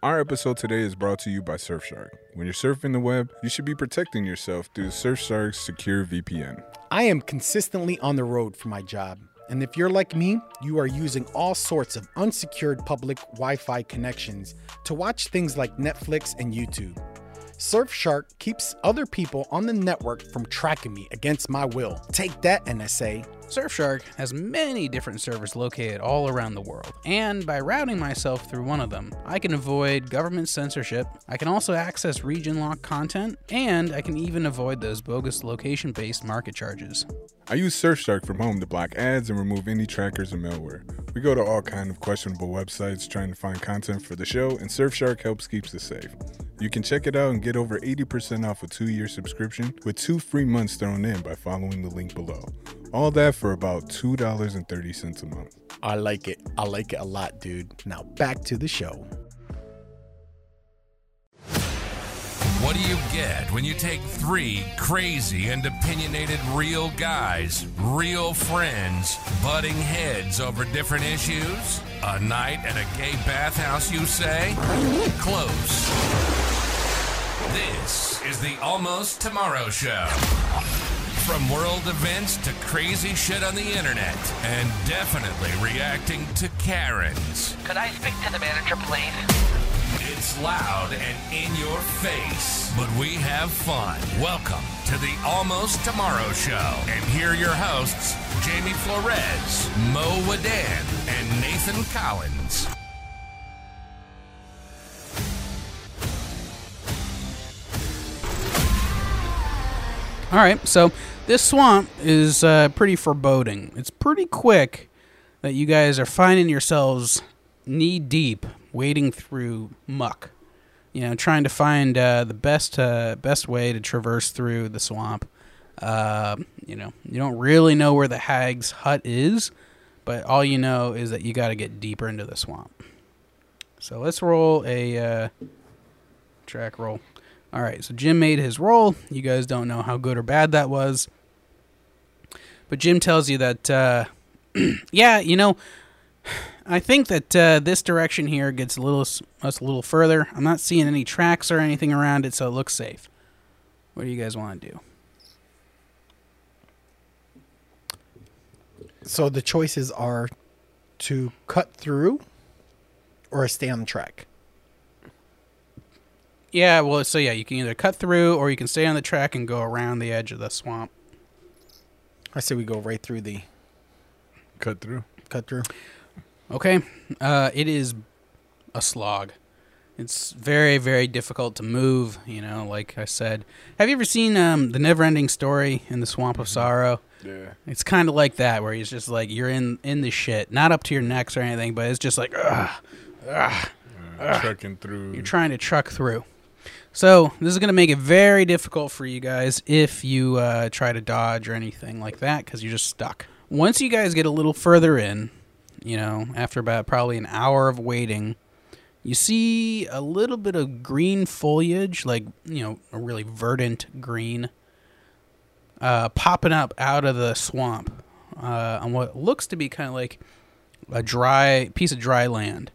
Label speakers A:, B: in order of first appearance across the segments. A: Our episode today is brought to you by Surfshark. When you're surfing the web, you should be protecting yourself through Surfshark's secure VPN.
B: I am consistently on the road for my job. And if you're like me, you are using all sorts of unsecured public Wi Fi connections to watch things like Netflix and YouTube. Surfshark keeps other people on the network from tracking me against my will. Take that, NSA.
C: Surfshark has many different servers located all around the world, and by routing myself through one of them, I can avoid government censorship, I can also access region locked content, and I can even avoid those bogus location based market charges.
A: I use Surfshark from home to block ads and remove any trackers and malware. We go to all kind of questionable websites trying to find content for the show, and Surfshark helps keeps us safe. You can check it out and get over 80% off a two-year subscription with two free months thrown in by following the link below. All that for about $2.30 a month.
B: I like it. I like it a lot, dude. Now back to the show.
D: What do you get when you take three crazy and opinionated real guys, real friends, butting heads over different issues? A night at a gay bathhouse, you say? Close. This is the Almost Tomorrow Show. From world events to crazy shit on the internet, and definitely reacting to Karens.
E: Could I speak to the manager, please?
D: It's loud and in your face, but we have fun. Welcome to the Almost Tomorrow Show. And here are your hosts, Jamie Flores, Mo Wadan, and Nathan Collins.
C: All right, so this swamp is uh, pretty foreboding. It's pretty quick that you guys are finding yourselves knee deep, wading through muck. You know, trying to find uh, the best uh, best way to traverse through the swamp. Uh, you know, you don't really know where the hag's hut is, but all you know is that you got to get deeper into the swamp. So let's roll a uh, track roll. All right, so Jim made his roll. You guys don't know how good or bad that was. But Jim tells you that, uh, yeah, you know, I think that uh, this direction here gets a little s- us a little further. I'm not seeing any tracks or anything around it, so it looks safe. What do you guys want to do?
B: So the choices are to cut through or stay on track.
C: Yeah, well, so yeah, you can either cut through or you can stay on the track and go around the edge of the swamp.
B: I say we go right through the
A: Cut through.
B: cut through.
C: Okay. Uh, it is a slog. It's very, very difficult to move, you know, like I said. Have you ever seen um, The Never Ending Story in the Swamp of Sorrow?
A: Yeah.
C: It's kind of like that, where he's just like, you're in, in the shit. Not up to your necks or anything, but it's just like, ugh.
A: Uh, trucking through.
F: Mm.
C: You're trying to truck through. So this is going to make it very difficult for you guys if you uh, try to dodge or anything like that because you're just stuck. Once you guys get a little further in, you know, after about probably an hour of waiting, you see a little bit of green foliage, like you know, a really verdant green, uh, popping up out of the swamp uh, on what looks to be kind of like a dry piece of dry land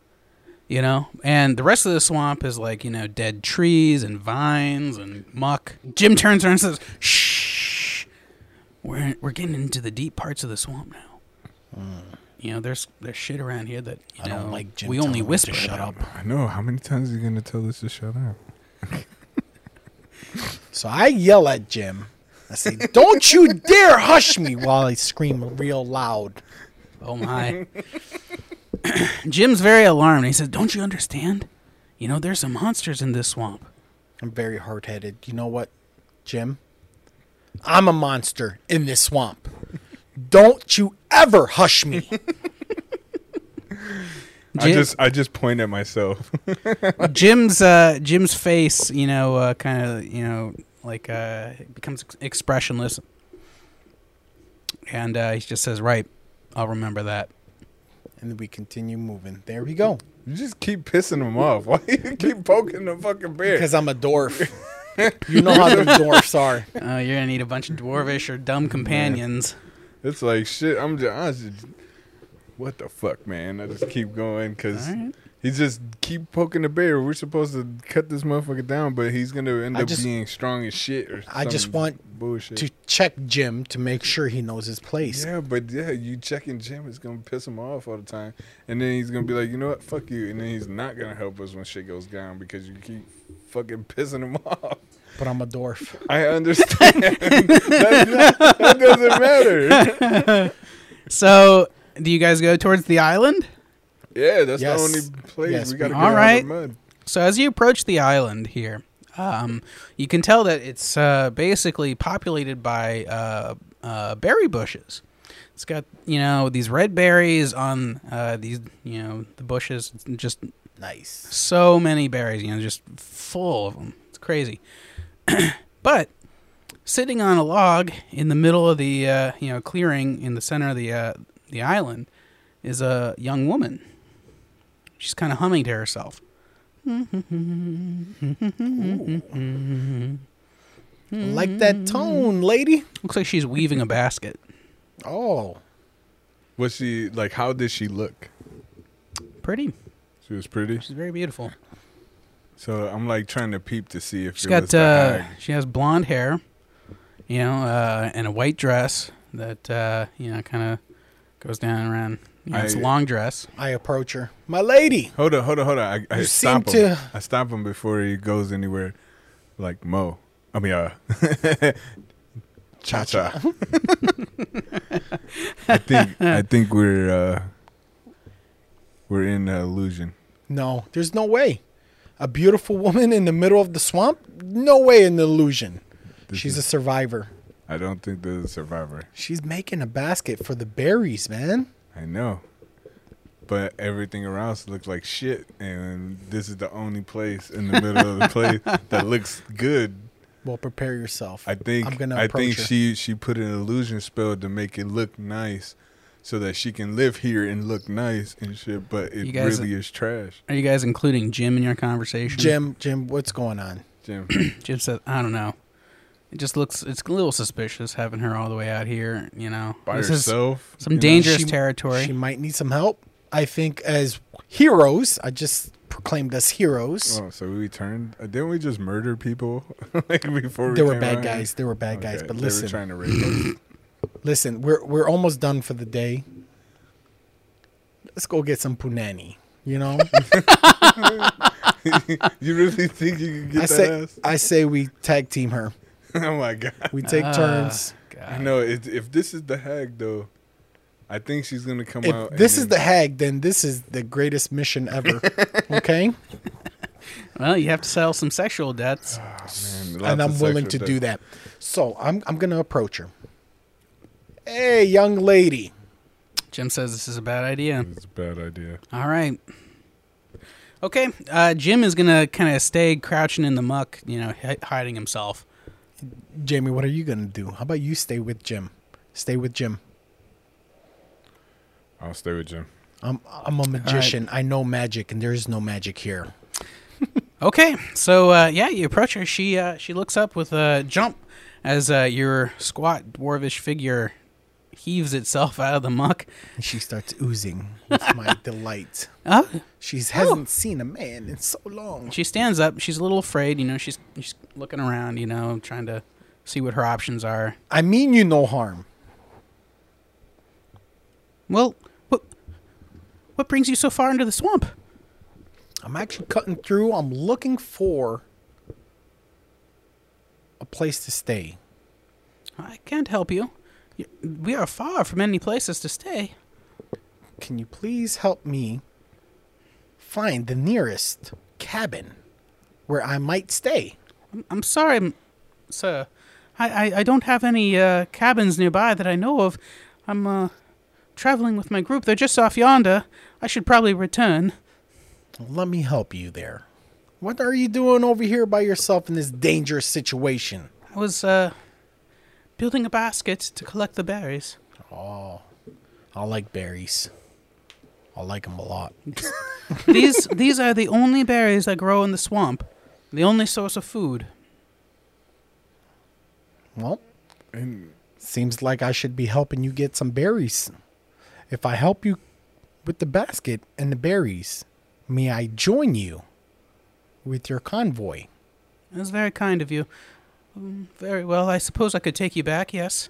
C: you know and the rest of the swamp is like you know dead trees and vines and muck jim turns around and says shh we're, we're getting into the deep parts of the swamp now you know there's there's shit around here that you
B: I
C: know
B: don't like Jim
C: we only
B: telling me to
C: whisper
B: shut
C: about.
B: up.
A: I know. How many times are you going to tell us to shut up?
B: So I yell at Jim. I say, "Don't you dare hush me!" While I scream real loud.
C: Oh my. Jim's very alarmed. He says, "Don't you understand? You know, there's some monsters in this swamp."
B: I'm very hard-headed. You know what, Jim? I'm a monster in this swamp. Don't you ever hush me.
A: I
C: Jim-
A: just I just point at myself.
C: Jim's uh, Jim's face, you know, uh, kind of, you know, like uh, it becomes ex- expressionless, and uh, he just says, "Right, I'll remember that."
B: and then we continue moving. There we go.
A: you just keep pissing him off. Why you keep poking the fucking bear?
B: Because I'm a dwarf. you know how the dwarfs are.
C: Uh, you're gonna need a bunch of dwarvish or dumb companions.
A: It's like shit. I'm just, I was just what the fuck, man. I just keep going because
C: Alright.
A: He just keep poking the bear. We're supposed to cut this motherfucker down, but he's gonna end
B: I
A: up
B: just-
A: being strong as shit. Or
B: I just
A: some
B: want
A: bullshit.
B: to check Jim to make sure he knows his place.
A: yeah, but yeah, you checking Jim is gonna piss him off all the time, and then he's gonna be like, you know what, fuck you, and then he's not gonna help us when shit goes down because you keep fucking pissing him off.
B: But I'm a dwarf.
A: I understand. that, that- that doesn't matter.
C: So, do you guys go towards the island?
A: Yeah, that's
B: Yes.
A: the only place
B: Yes,
A: we
C: we-
A: gotta get out
C: Alright.
A: of the mud.
C: So, as you approach the island here, um, you can tell that it's uh, basically populated by uh, uh, berry bushes. It's got you know these red berries on uh, these you know the bushes. It's just
B: Nice.
C: so many berries, you know, just full of them. It's crazy. but sitting on a log in the middle of the uh, you know clearing in the center of the uh, the island is a young woman. She's kind of humming to herself.
B: Like that tone, lady.
C: Looks like she's weaving a basket.
B: Oh,
A: Was she like? How did she look?
C: Pretty.
A: She was pretty.
C: She's very beautiful.
A: So I'm like trying to peep to see if
C: She's
A: it
C: got
A: was the
C: uh,
A: hag.
C: she has blonde hair, you know, uh, and a white dress that uh, you know kind of goes down and around. You know, it's a
A: I-
C: long dress.
B: I approach her. My lady.
A: Hold on, hold on, hold on. I, I
B: You
A: stop
B: seem
A: him.
B: to-
A: I stop him before he goes anywhere. Like Mo. I mean, uh, Cha Cha. I think I think we're uh, we're in an illusion.
B: No, there's no way. A beautiful woman in the middle of the swamp? No way an illusion. She's a survivor.
A: I don't think there's a survivor.
B: She's making a basket for the berries, man.
A: I know, but everything around us looks like shit, and this is the only place in the middle of the place that looks good.
B: Well, prepare yourself.
A: I think
B: I'm gonna
A: I
B: approach
A: think
B: her.
A: she she put an illusion spell to make it look nice, so that she can live here and look nice and shit. But
C: You
A: it
C: guys-
A: really is trash,
C: Are you guys including Jim in your conversation?
B: Jim, Jim, what's going on?
A: Jim.
C: Jim said, "I don't know. It just looks. It's a little suspicious having her all the way out here. You know,
A: By
C: this is
A: herself,
C: some dangerous
B: She-
C: territory.
B: She might need some help. I think as heroes, I just proclaimed us heroes.
A: Oh, so we turned. uh, Didn't we just murder people? like before we
B: there were
A: came
B: bad
A: out here?
B: guys. There were bad guys.
A: Okay,
B: But
A: they were
B: listen,
A: trying to rape us.
B: listen, we're we're almost done for the day. Let's go get some punani. You know,
A: you really think you can get
B: I
A: that
B: say
A: ass?
B: I say we tag team her.
A: oh my god!
B: We take turns.
A: I know. If, if this is the hag, though, I think she's gonna come
B: If
A: out. and
B: this is the
A: then-
B: hag, then this is the greatest mission ever. Okay,
C: well, you have to settle some sexual debts.
A: Man, lots
B: and
A: of
B: I'm willing to
A: sexual
B: do
A: things.
B: that. So I'm I'm gonna approach her. Hey, young lady.
C: Jim says this is a bad idea.
A: It's a bad idea.
C: All right. Okay, uh, Jim is gonna kind of stay crouching in the muck. You know, hi hiding himself.
B: Jamie, what are you gonna do? How about you stay with Jim? Stay with Jim.
A: I'll stay with Jim.
B: I'm I'm a magician. I know magic, and there is no magic here.
C: Okay, so uh, yeah, you approach her. She uh, she looks up with a jump as uh, your squat dwarvish figure heaves itself out of the muck.
B: And she starts oozing with my delight.
C: Oh,
B: She hasn't seen a man in so long.
C: She stands up. She's a little afraid. You know, she's she's looking around. You know, trying to see what her options are.
B: I mean you no harm.
C: Well, what what brings you so far into the swamp?
B: I'm actually cutting through. I'm looking for a place to stay.
C: I can't help you. You- We are far from any places to stay.
B: Can you please help me find the nearest cabin where I might stay?
C: I'm, I'm sorry, m- sir. I, I, I don't have any uh, cabins nearby that I know of. I'm uh, traveling with my group. They're just off yonder. I should probably return.
B: Let me help you there. What are you doing over here by yourself in this dangerous situation?
C: I was uh, building a basket to collect the berries.
B: I like berries. I like them a lot.
C: these these are the only berries that grow in the swamp, the only source of food.
B: Well, seems like I should be helping you get some berries. If I help you with the basket and the berries, May I join you with your convoy?
C: That's very kind of you. Mm, Very well. I suppose I could take you back, yes?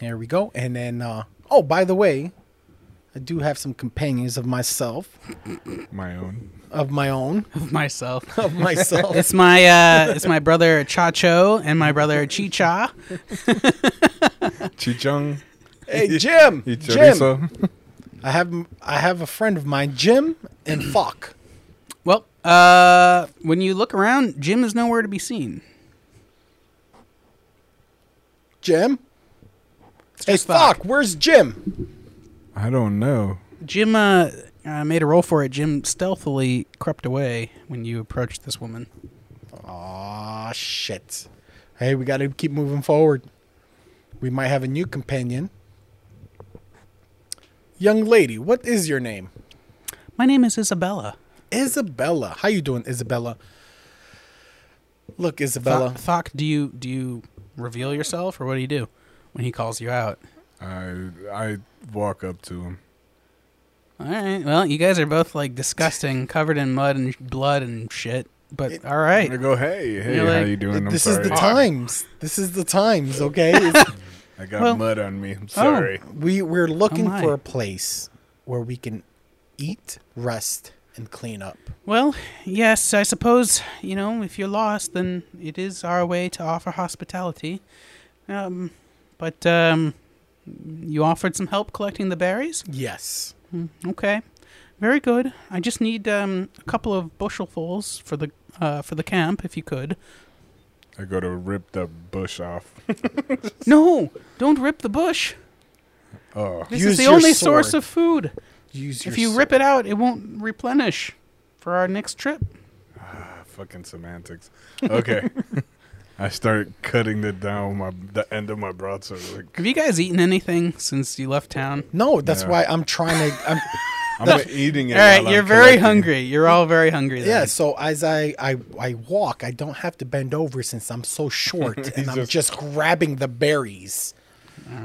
B: There we go. And then, uh, oh, by the way, I do have some companions of myself,
A: My own.
B: of my own,
C: Of myself.
B: of myself.
C: It's my uh, it's my brother Chacho and my brother Chicha.
A: Chichung.
B: hey, Jim.
A: Y
B: Jim.
A: chorizo.
B: I have I have a friend of mine, Jim and Falk.
C: Well, uh, when you look around, Jim is nowhere to be seen.
B: Jim. Hey,
C: just Falk.
B: Falk. Where's Jim?
A: I don't know.
C: Jim uh, uh, made a roll for it. Jim stealthily crept away when you approached this woman.
B: Aw, shit. Hey, we got to keep moving forward. We might have a new companion. Young lady, what is your name?
C: My name is Isabella.
B: Isabella. How you doing, Isabella? Look, Isabella.
C: Thok, do you do you reveal yourself or what do you do when he calls you out?
A: I I walk up to him.
C: All right. Well, you guys are both like disgusting, covered in mud and blood and shit. But all right.
A: I go, hey, hey,
C: You're
A: how
C: like,
A: you doing? I'm
B: this
A: sorry.
B: is the times. This is the times, okay? It's-
A: I got
C: Well- oh.
A: mud on me. I'm sorry.
B: we we're looking
C: my.
B: for a place where we can eat, rest, and clean up.
C: Well, yes, I suppose, you know, if you're lost, then it is our way to offer hospitality. Um, but, um, you offered some help collecting the berries? Mm-hmm.
B: Yes.
C: Okay. Very good. I just need, um, a couple of bushelfuls for the, uh, for the camp, if you could.
A: I go to rip the bush off.
C: No! Don't rip the bush!
A: Oh,
C: This
B: Use
C: is the
B: your
C: only source
B: sword.
C: of food.
B: Use your
C: if you
B: sword.
C: rip it out, it won't replenish for our next trip.
A: fucking semantics. Okay. I start cutting it down my the end of my broadsword. Like,
C: Have you guys eaten anything since you left town?
B: No, that's
A: Yeah.
B: why I'm trying to. I'm,
A: I'm not eating
C: All
A: it.
C: right,
A: while I'm
C: you're very
A: collecting it.
C: hungry. You're all very hungry. Then.
B: yeah. So as I, I I walk, I don't have to bend over since I'm so short,
A: He's
B: and I'm
A: just-
B: just, grabbing the berries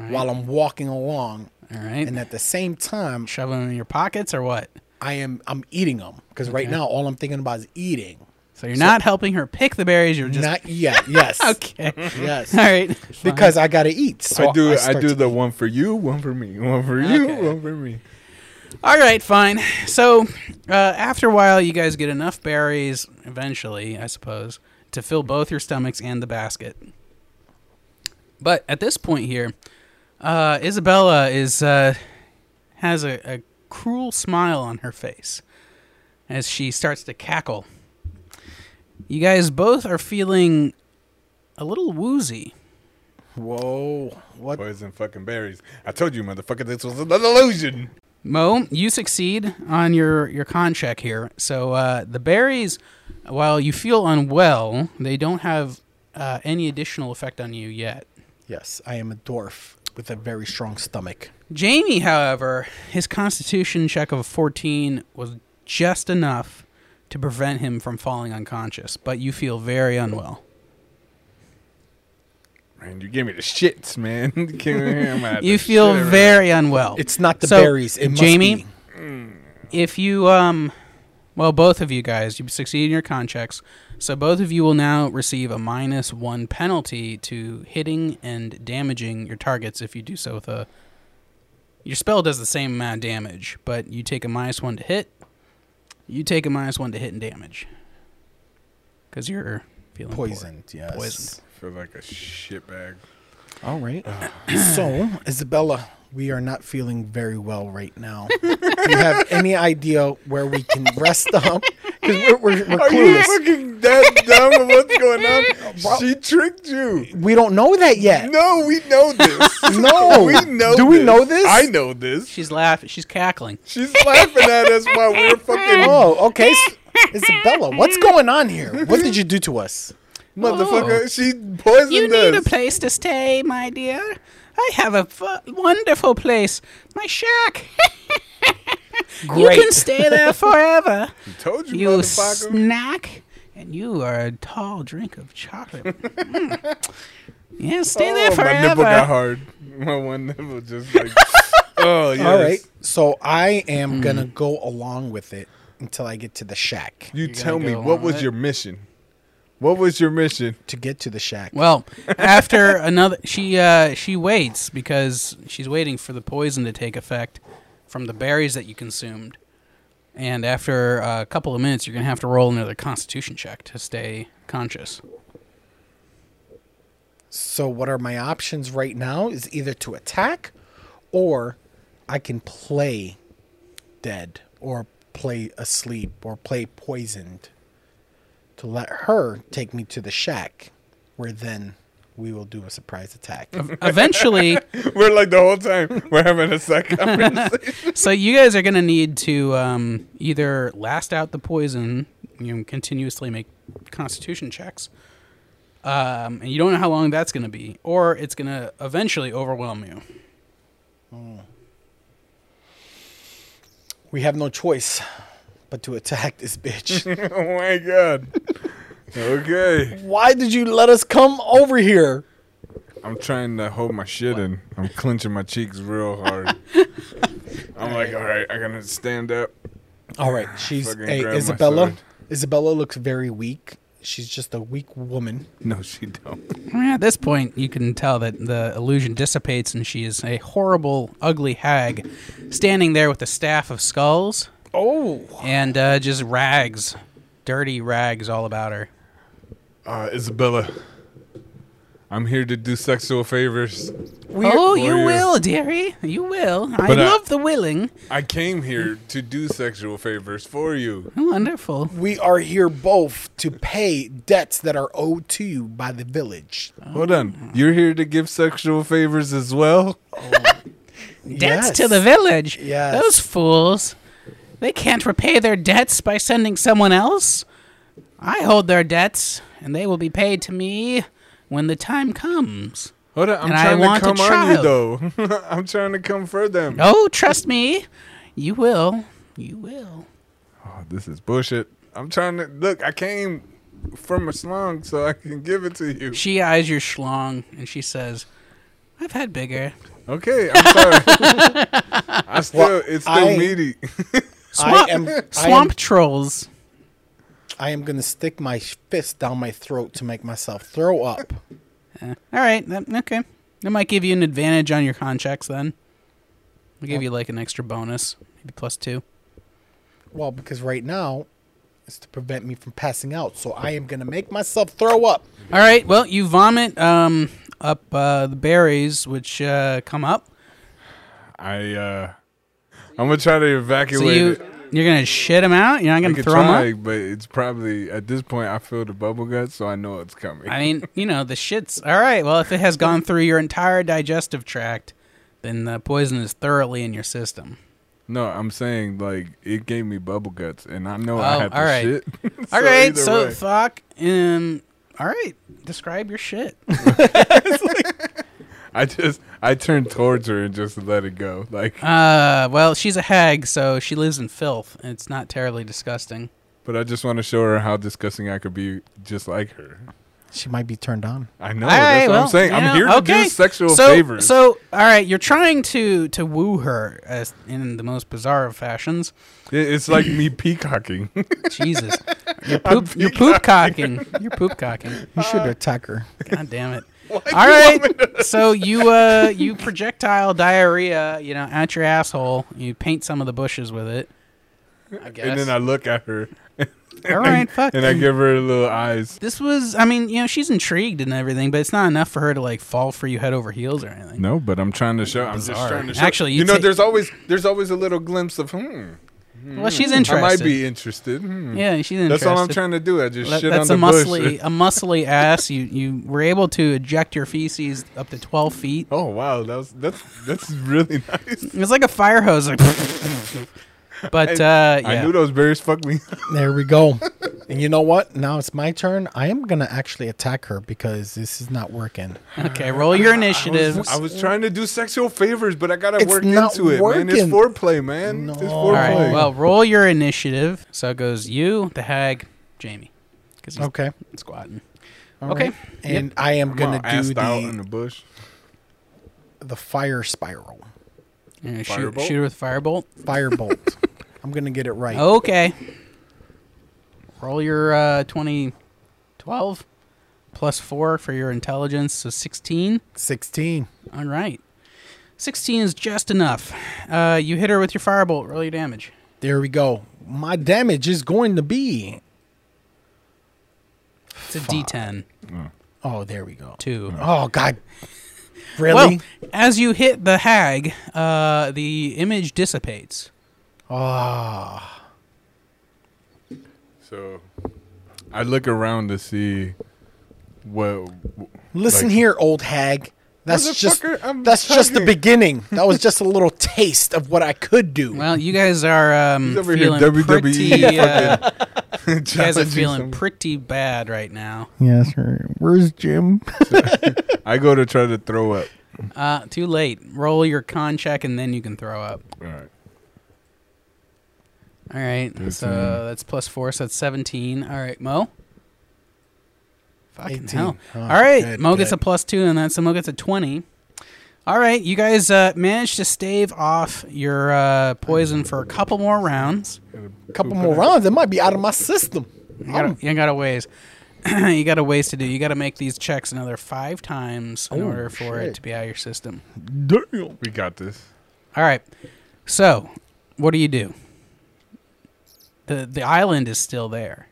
B: while I'm walking along.
C: All right.
B: And at the same time,
C: Shove them in your pockets or what?
B: I am I'm eating them because right now all I'm thinking about is eating.
C: So you're not helping her pick the berries. You're just
B: Not yet. Yes.
C: okay.
B: Yes.
C: All right.
B: Because I gotta eat. So
A: I do. I,
B: start
A: do
B: to-
A: the one for you, one for me, one for you,
C: Okay.
A: one for me.
C: All right. Fine. So uh, after a while, you guys get enough berries eventually, I suppose, to fill both your stomachs and the basket. But at this point here, uh, Isabella is uh, has a, a cruel smile on her face as she starts to cackle. You guys both are feeling a little woozy.
B: Whoa. What?
A: Poison fucking berries. I told you, motherfucker, this was an illusion.
C: Mo, you succeed on your your con check here. So uh, the berries, while you feel unwell, they don't have uh, any additional effect on you yet.
B: Yes, I am a dwarf with a very strong stomach.
C: Jamie, however, his constitution check of 14 was just enough to prevent him from falling unconscious, but you feel very unwell.
A: Man, you gave me the shits, man. Came in here, I'm out of
C: You
A: the
C: feel
A: shit.
C: very unwell.
B: It's not the
C: So,
B: berries. It must
C: Jamie,
B: be.
C: if you um well both of you guys you succeed in your con checks so both of you will now receive a minus one penalty to hitting and damaging your targets if you do so with a your spell does the same amount of damage but you take a minus one to hit you take a minus one to hit and damage because you're feeling poor.
B: poisoned. Yes.
C: Poisoned.
A: Feel like a shitbag.
B: All right. so, Isabella, we are not feeling very well right now. Do you have any idea where we can rest up? Because we're, we're, we're
A: Are you
B: clueless.
A: fucking that dumb of what's going on? She tricked you.
B: We don't know that yet.
A: No, we know this.
B: No.
A: we know.
B: Do we know this?
A: I know this.
C: she's laughing she's cackling
A: She's laughing at us while we're fucking
B: Oh, okay. S- Isabella, what's going on here? What did you do to us?
A: motherfucker. She poisoned
C: You
A: us.
C: need a place to stay, my dear. I have a f- wonderful place, my shack. you
B: Great.
C: can stay there forever.
A: Told you,
C: you
A: motherfucker.
C: snack, and you are a tall drink of chocolate. Mm. Yeah, stay there
A: Oh, My nipple got
C: forever.
A: hard. My one nipple just like. Oh, yes.
B: All right. So I am going to go along with it until I get to the shack.
A: You tell
C: gonna
A: me
C: go
A: what
C: on
A: was
C: it?
A: your mission? What was your mission?
B: To get to the shack.
C: Well, after another, she uh, she waits because she's waiting for the poison to take effect from the berries that you consumed. And after uh, a couple of minutes, you're gonna have to roll another Constitution check to stay conscious.
B: So what are my options right now is either to attack or I can play dead or play asleep or play poisoned to let her take me to the shack where then we will do a surprise attack.
C: Eventually,
A: We're like the whole time we're having a oh second conversation.
C: so you guys are gonna need to um, either last out the poison, you know, continuously make Constitution checks, um, and you don't know how long that's gonna be, or it's gonna eventually overwhelm you.
B: we have no choice but to attack this bitch.
A: oh my god. Okay.
B: Why did you let us come over here?
A: I'm trying to hold my shit in. I'm clenching my cheeks real hard. I'm like, all right, I gotta stand up.
B: All right, she's
A: Fucking
B: hey,
A: grab my
B: Isabella.
A: sword.
B: Isabella looks very weak. She's just a weak woman.
A: No, she don't.
C: Well, Eh, At this point, you can tell that the illusion dissipates, and she is a horrible, ugly hag standing there with a staff of skulls
B: Oh,
C: and uh, just rags, dirty rags all about her.
A: Uh, Isabella, I'm here to do sexual favors.
C: oh,
A: For
C: you
A: you.
C: will, dearie. You will. I
A: But, uh,
C: love the willing.
A: I came here to do sexual favors for you.
C: Wonderful.
B: we are here both to pay debts that are owed to you by the village.
A: Hold on. You're here to give sexual favors as well?
C: Debts
B: Yes.
C: to the village.
B: Yes.
C: Those fools. They can't repay their debts by sending someone else. I hold their debts, and they will be paid to me when the time comes.
A: Hold on. I'm
C: And I
A: trying
C: want a
A: to come on you,
C: child.
A: though. I'm trying to come for them.
C: Oh, trust me, you will. You will.
A: Oh, this is bullshit. I'm trying to look. I came from a slung so I can give it to you.
C: She eyes your schlong and she says, "I've had bigger."
A: Okay, I'm sorry. I still, it's still
B: I-
A: meaty.
B: I
C: Swamp,
B: am I am,
C: swamp trolls.
B: I am going to stick my fist down my throat to make myself throw up.
C: All right, that, okay. That might give you an advantage on your con checks. Then we'll give you like an extra bonus, maybe plus two.
B: Well, because right now it's to prevent me from passing out. So I am going to make myself throw up.
C: All right. Well, you vomit um, up uh, the berries, which uh, come up.
A: I uh I'm gonna try to evacuate
C: So you
A: it.
C: you're gonna shit them out. You're not
A: I
C: gonna
A: could
C: throw them
A: try,
C: up.
A: but it's probably at this point I feel the bubble gut, so I know it's coming.
C: I mean, you know, the shit's all right. Well, if it has gone through your entire digestive tract, then the poison is thoroughly in your system.
A: no, I'm saying like it gave me bubble guts, and I know
C: Oh,
A: I had to
C: all right.
A: shit.
C: all right,
A: either
C: so
A: way.
C: fuck. Um, all right, describe your shit.
A: I just I turned towards her and just let it go. Like,
C: Uh, well, she's a hag, so she lives in filth, and it's not terribly disgusting.
A: but I just want to show her how disgusting I could be, just like her.
B: She might be turned on.
A: I know.
C: All
A: that's
C: right,
A: what
C: well,
A: I'm
C: you
A: saying.
C: know,
A: I'm here to
C: okay.
A: do sexual
C: so,
A: favors.
C: So, all right, you're trying to to woo her as in the most bizarre of fashions.
A: It- it's like me peacocking.
C: Jesus, you're poop, you're poop cocking. You're poop cocking.
B: You should attack her.
C: God damn it. All right. So you uh you projectile diarrhea, you know, at your asshole. You paint some of the bushes with it. I guess.
A: and then I look at her
C: All right, fuck.
A: and I give her little eyes.
C: this was I mean, you know, she's intrigued and everything, but it's not enough for her to like fall for you head over heels or anything.
A: No, but I'm trying to show. I'm just
C: Bizarre.
A: trying to show.
C: Actually, you
A: you, know,
C: take-
A: there's always there's always a little glimpse of hmm.
C: Well, she's interested.
A: I might be interested. Hmm.
C: Yeah, she's interested.
A: That's all I'm trying to do. I just
C: That-
A: shit on
C: that's
A: the
C: a muscly
A: bush.
C: a muscly ass. You you were able to eject your feces up to 12 feet.
A: Oh wow, that was that's that's really nice.
C: It's like a fire hose. Like but uh yeah.
A: I knew those berries fucked me.
B: There we go. and you know what? Now it's my turn. I am going to actually attack her because this is not working.
C: Okay, roll your
A: I
C: initiatives.
A: was, I was trying to do sexual favors, but I gotta
B: It's
A: work
B: not
A: into it, man.
B: working.
A: It's foreplay, man. It's
B: No.
A: foreplay.
B: All
C: All right. Well, roll your initiative. So it goes you, the hag, Jamie, because he's
B: Okay.
C: squatting.
B: All
C: okay.
B: right. And I am
A: I'm
B: going to
A: all
B: do
A: assed out
B: the
A: in the bush.
B: the fire spiral.
C: Yeah, shoot,
A: Firebolt?
C: shoot her with firebolt.
B: Firebolt. I'm gonna get it right.
C: Okay. Roll your uh, 20, 12, plus 4 for your intelligence, so 16.
B: 16.
C: All right. 16 is just enough. Uh, you hit her with your firebolt. Roll your damage.
B: There we go. My damage is going to be.
C: It's a D10.
B: Oh, there we go.
C: 2.
B: Oh God. Really?
C: Well, as you hit the hag, uh, the image dissipates.
A: So I look around to see what.
B: Listen
A: like-
B: here, old hag. That's just
A: Motherfucker, I'm
B: that's just the
A: hugging.
B: beginning. That was just a little taste of what I could do.
C: Well, you guys are um,
A: He's over here
C: feeling
A: WWE
C: pretty. Uh,
A: you
C: you guys are feeling pretty bad right now.
G: Yes, sir. Where's Jim?
A: I go to try to throw up.
C: Uh, too late. Roll your con check and then you can throw up.
A: All right.
C: All right. So that's plus four, so that's 17. All right, Mo. Fucking
B: 18.
C: hell.
B: Oh,
C: All right.
B: good,
C: Mo gets
B: good.
C: a plus two and that, so Mo gets a 20. All right. You guys uh, managed to stave off your uh, poison for a couple more rounds.
B: a couple more rounds, it might be out of my system.
C: You
B: Oh.
C: got, you got a ways. you got a ways to do. You got to make these checks another five times in
B: Oh,
C: order for
B: shit.
C: it to be out of your system.
A: Damn. We got this.
C: All right. So, what do you do? The the island is still there.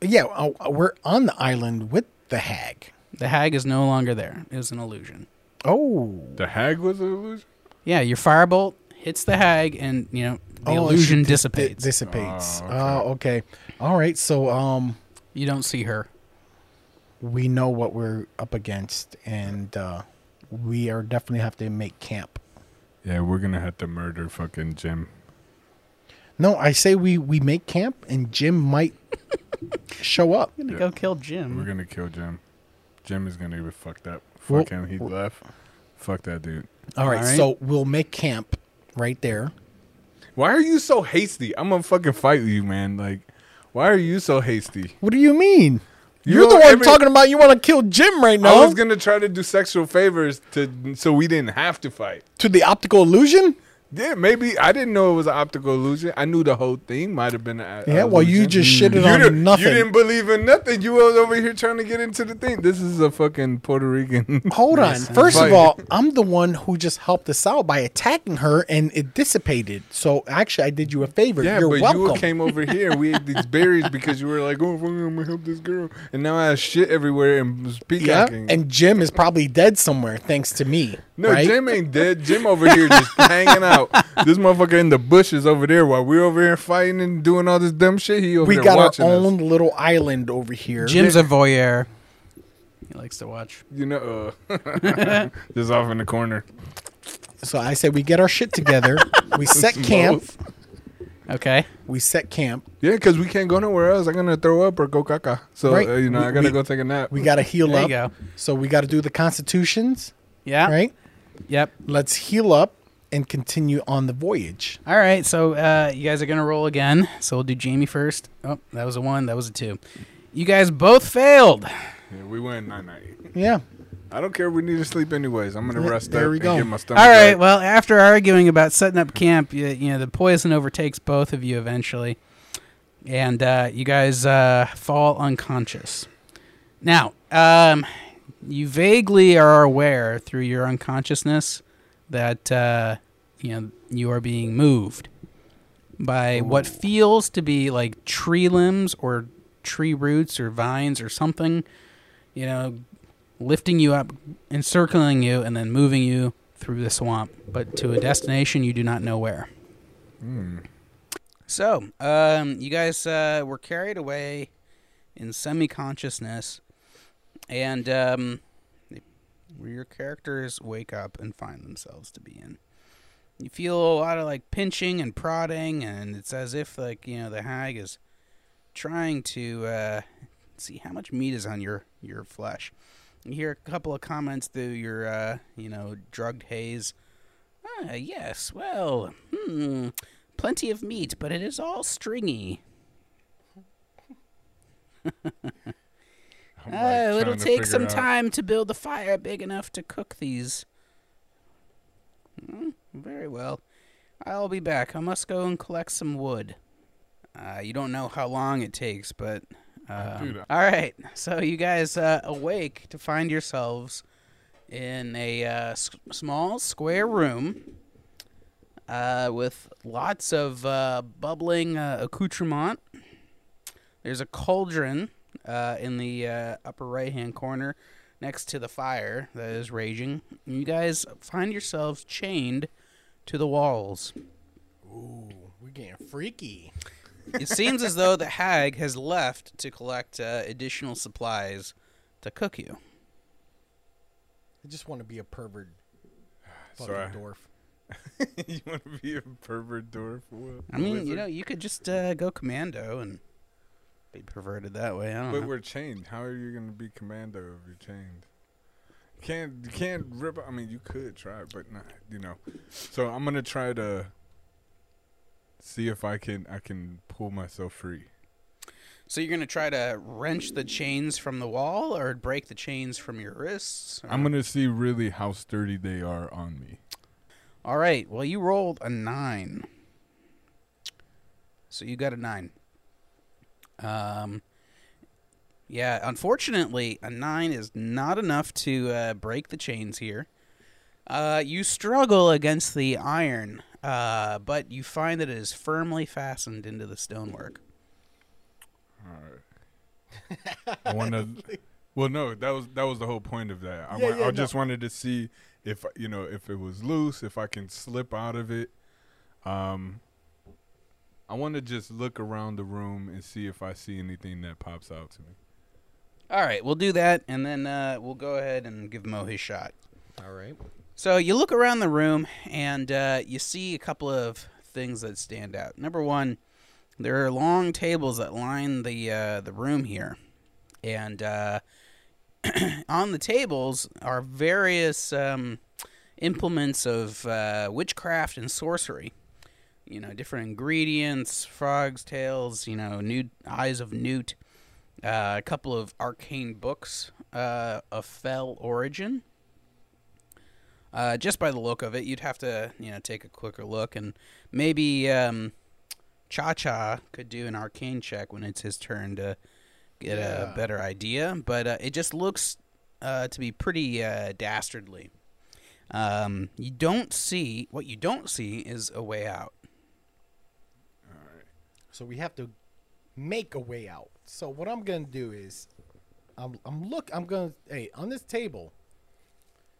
B: Yeah, uh, we're on the island with the hag.
C: The hag is no longer there. It was an illusion.
B: Oh,
A: The hag was an illusion?
C: Yeah, your firebolt hits the hag, and you know the
B: Oh,
C: illusion
B: she dis- di-
C: dissipates.
B: dissipates. Oh okay. All right. So um,
C: you don't see her.
B: we know what we're up against, and uh, we are definitely have to make camp.
A: Yeah, we're going to have to murder fucking Jim.
B: No, I say we we make camp, and Jim might show up.
C: I'm gonna go kill Jim.
A: We're going to kill Jim. Jim is going to get fucked up. Fuck
B: Well-
A: him. He left. Fuck that dude.
B: All right,
C: All right.
B: So we'll make camp right there.
A: Why are you so hasty? I'm going to fucking fight you, man. Like, why are you so hasty?
B: What do you mean?
A: You
B: You're the
A: know,
B: one
A: every-
B: talking about you want to kill Jim right
A: I
B: now
A: was going to try to do sexual favors to so we didn't have to fight.
B: to the optical illusion.
A: Yeah, maybe I didn't know it was an optical illusion. I knew the whole thing might have been. A,
B: Yeah, well, you just shitted on
A: didn't,
B: nothing.
A: You didn't believe in nothing. You was over here trying to get into the thing. This is a fucking Puerto Rican.
B: Hold on. First
A: Fight.
B: of all, I'm the one who just helped us out by attacking her, and it dissipated. So actually, I did you a favor.
A: yeah,
B: You're
A: but
B: welcome.
A: you came over here and we ate these berries because you were like, "Oh, fuck, I'm gonna help this girl," and now I have shit everywhere and was
B: yeah,
A: peacocking.
B: and Jim is probably dead somewhere thanks to me.
A: no,
B: right?
A: Jim ain't dead. Jim over here just hanging out. This motherfucker in the bushes over there while we're over here fighting and doing all this dumb shit. He over
B: We
A: there
B: got our
A: watching us.
B: own little island over here.
C: Jim's a voyeur. He likes to watch.
A: you know, uh, just off in the corner.
B: So I say we get our shit together. we set camp.
C: Okay.
B: We set camp.
A: Yeah, because we can't go nowhere else. I'm gonna throw up or go caca. So
B: Right.
A: uh, you know,
B: We-
A: I gotta
B: we-
A: go take a nap.
B: We got to heal
C: There you
B: up.
C: go.
B: So we got to do the constitutions,
C: Yeah.
B: right?
C: Yep.
B: Let's heal up and continue on the voyage.
C: All right, so uh, you guys are gonna roll again. So we'll do Jamie first. Oh, that was a one. That was a two. You guys both failed.
A: yeah, we went nine night.
B: Yeah.
A: I don't care. We need to sleep anyways. I'm gonna
B: Yeah,
A: rest
B: there
A: up
B: we
A: and
B: go.
A: get my stomach.
C: All right.
A: right.
C: Well, after arguing about setting up camp, you, you know the poison overtakes both of you eventually, and uh, you guys uh, fall unconscious. Now, um, you vaguely are aware through your unconsciousness that uh, you know you are being moved by what feels to be like tree limbs or tree roots or vines or something. You know, lifting you up, encircling you, and then moving you through the swamp, but to a destination you do not know where. So, um, you guys uh, were carried away in semi consciousness, and um, your characters wake up and find themselves to be in. You feel a lot of like pinching and prodding, and it's as if like you know the hag is trying to uh, see how much meat is on your your flesh. You hear a couple of comments through your, uh, you know, drugged haze. Ah, yes, well, hmm, plenty of meat, but it is all stringy. Oh, it'll take some time to build a fire big enough to cook these. Hmm, Very well. I'll be back. I must go and collect some wood. Uh, you don't know how long it takes, but. Um, all right. So you guys uh, awake to find yourselves in a uh, s- small square room uh, with lots of uh, bubbling uh, accoutrement. There's a cauldron uh, in the uh, upper right hand corner next to the fire that is raging. You guys find yourselves chained to the walls.
B: We're getting freaky.
C: It seems as though the hag has left to collect uh, additional supplies to cook you.
B: I just want to be a pervert fucking
A: Sorry.
B: dwarf.
A: you want to be a pervert dwarf? What?
C: I mean, you know, you could just uh, go commando and be perverted that way. I don't
A: But
C: know.
A: we're chained. How are you going to be commando if you're chained? You Can't you can't rip? I mean, you could try, but not. You know. So I'm gonna try to see if I can I can pull myself free.
C: So you're gonna try to wrench the chains from the wall, or break the chains from your wrists? or-
A: I'm gonna see really how sturdy they are on me.
C: All right. Well, you rolled a nine, so you got a nine. Um, yeah. Unfortunately, a nine is not enough to uh, break the chains here. Uh, you struggle against the iron, uh, but you find that it is firmly fastened into the stonework.
A: I want to. Well, no, that was that was the whole point of that. I,
B: Yeah,
A: wa-
B: yeah,
A: I just wanted to see if you know if it was loose, if I can slip out of it. Um, I want to just look around the room and see if I see anything that pops out to me.
C: All right, we'll do that, and then uh, we'll go ahead and give Mo his shot.
B: All right.
C: So you look around the room and uh, you see a couple of things that stand out. Number one, there are long tables that line the uh, the room here, and uh, on the tables are various um, implements of uh, witchcraft and sorcery. You know, different ingredients, frogs' tails. You know, nude eyes of newt. Uh, a couple of arcane books uh, of fell origin. Uh, just by the look of it, you'd have to, you know, take a quicker look, and maybe um, Cha Cha could do an arcane check when it's his turn to get a better idea. But uh, it just looks uh, to be pretty uh, dastardly. Um, you don't see what you don't see is a way out.
B: So we have to make a way out. So what I'm gonna do is, I'm I'm look I'm gonna hey on this table.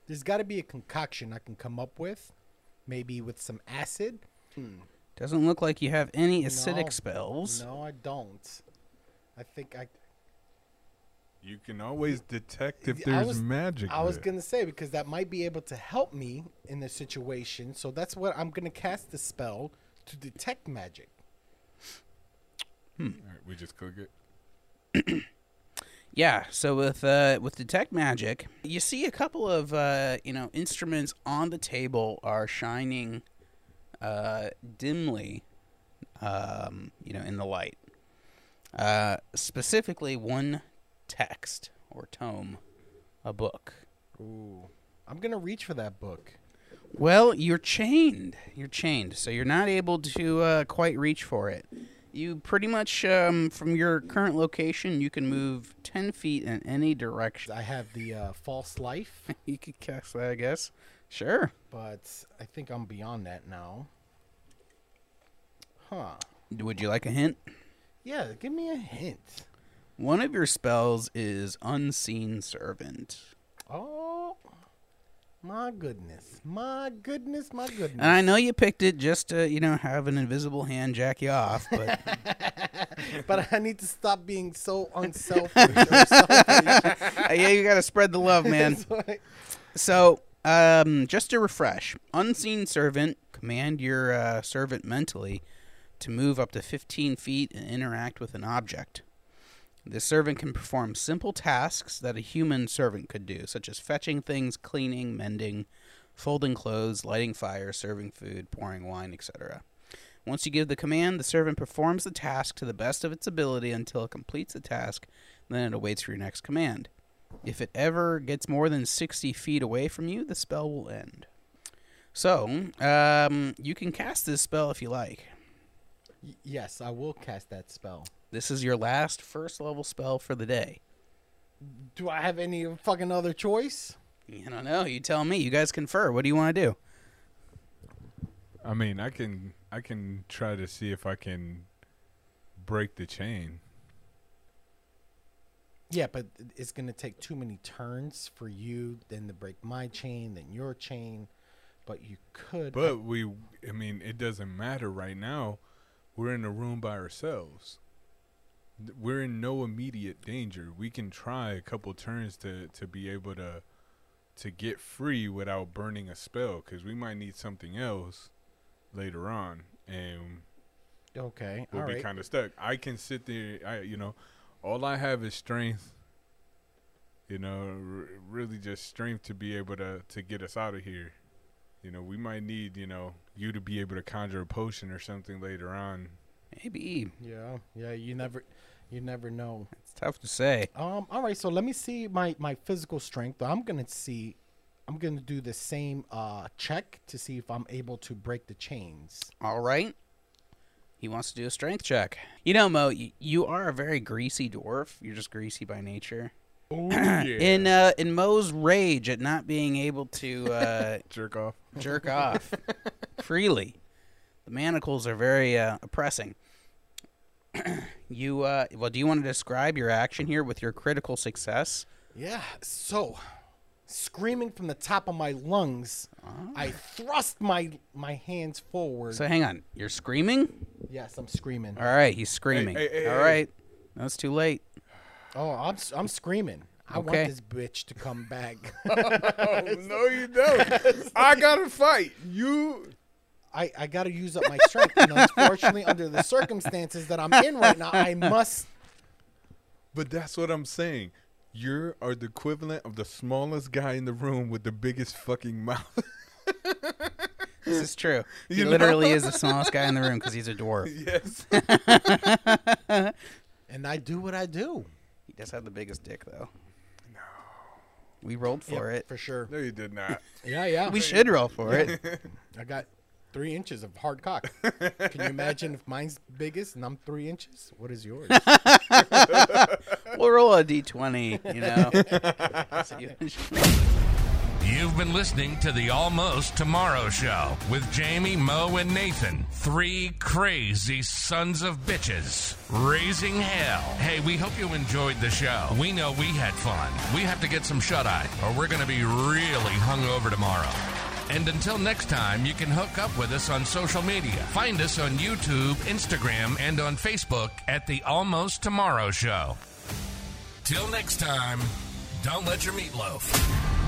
B: There's got to be a concoction I can come up with, maybe with some acid.
C: Doesn't look like you have any acidic
B: No.
C: spells.
B: No, I don't. I think I.
A: You can always detect if
B: I
A: there's
B: was-
A: magic.
B: I was
A: there.
B: gonna say because that might be able to help me in this situation. So that's what I'm gonna cast the spell to detect magic.
A: All right, we just click it.
C: Yeah, so with uh, with detect magic, you see a couple of uh, you know instruments on the table are shining uh, dimly, um, you know, in the light. Uh, specifically, one text or tome, a book.
B: Ooh, I'm gonna reach for that book.
C: Well, you're chained. You're chained, so you're not able to uh, quite reach for it. You pretty much um, from your current location, you can move ten feet in any direction.
B: I have the uh, false life,
C: You could cast that, I guess. Sure.
B: but I think I'm beyond that now. Huh?
C: Would you like a hint?
B: Yeah, give me a hint.
C: One of your spells is Unseen Servant.
B: Oh, my goodness, my goodness, my goodness.
C: And I know you picked it just to, you know, have an invisible hand jack you off, but
B: but I need to stop being so unselfish or selfish.
C: yeah, you got to spread the love, man. So, um, just to refresh, unseen servant command your uh, servant mentally to move up to 15 feet and interact with an object. The servant can perform simple tasks that a human servant could do, such as fetching things, cleaning, mending, folding clothes, lighting fire, serving food, pouring wine, etc. Once you give the command, the servant performs the task to the best of its ability until it completes the task, then it awaits for your next command. If it ever gets more than 60 feet away from you, the spell will end. So, um, you can cast this spell if you like.
B: Y- yes, I will cast that spell.
C: This is your last first level spell for the day.
B: Do I have any fucking other choice?
C: I don't know. You tell me. You guys confer. What do you want to do?
F: I mean, I can I can try to see if I can break the chain.
B: Yeah, but it's gonna take too many turns for you, then to break my chain, then your chain. But you could.
F: But we I mean, it doesn't matter right now. We're in a room by ourselves. Th- We're in no immediate danger. We can try a couple turns to to be able to to get free without burning a spell cuz we might need something else later on and
B: okay,
F: we'll
B: all
F: be
B: right.
F: kind of stuck. I can sit there, I you know, all I have is strength. You know, r- really just strength to be able to to get us out of here. You know, we might need you know you to be able to conjure a potion or something later on.
C: Maybe.
B: yeah, yeah. You never, you never know.
C: It's tough to say.
B: Um. All right. So let me see my my physical strength. I'm gonna see. I'm gonna do the same uh check to see if I'm able to break the chains.
C: All right. He wants to do a strength check. You know, Mo, you, you are a very greasy dwarf. You're just greasy by nature.
F: Oh yeah,
C: In uh, in Mo's rage at not being able to uh,
F: jerk off.
C: jerk off freely, the manacles are very uh, oppressing. you uh, well, do you want to describe your action here with your critical success?
B: Yeah. So, screaming from the top of my lungs,
C: Ah.
B: I thrust my my hands forward.
C: So hang on, you're screaming.
B: yes, I'm screaming.
C: All right, he's screaming.
F: hey, hey,
C: All
F: hey.
C: right, that's too late.
B: Oh, I'm s- I'm screaming. I
C: Okay.
B: want this bitch to come back.
F: no, you don't. I gotta fight you.
B: I, I got to use up my strength. And unfortunately, under the circumstances that I'm in right now, I must.
F: But that's what I'm saying. You are the equivalent of the smallest guy in the room with the biggest fucking mouth.
C: This is true. He
F: You know?
C: literally is the smallest guy in the room because he's a dwarf.
F: yes.
B: And I do what I do.
C: He does have the biggest dick, though. No. We rolled for it.
B: For sure.
F: No, you did not.
B: Yeah, yeah.
C: We should roll for it.
B: I got three inches of hard cock. Can you imagine if mine's biggest and I'm three inches? What is yours?
C: we'll roll a d20, you know. So you-
D: You've been listening to the Almost Tomorrow Show with Jamie, Mo, and Nathan. Three crazy sons of bitches raising hell. Hey, we hope you enjoyed the show. We know we had fun. We have to get some shut eye, or we're going to be really hungover tomorrow. And until next time, you can hook up with us on social media. Find us on YouTube, Instagram, and on Facebook at The Almost Tomorrow Show. Till next time, don't let your meatloaf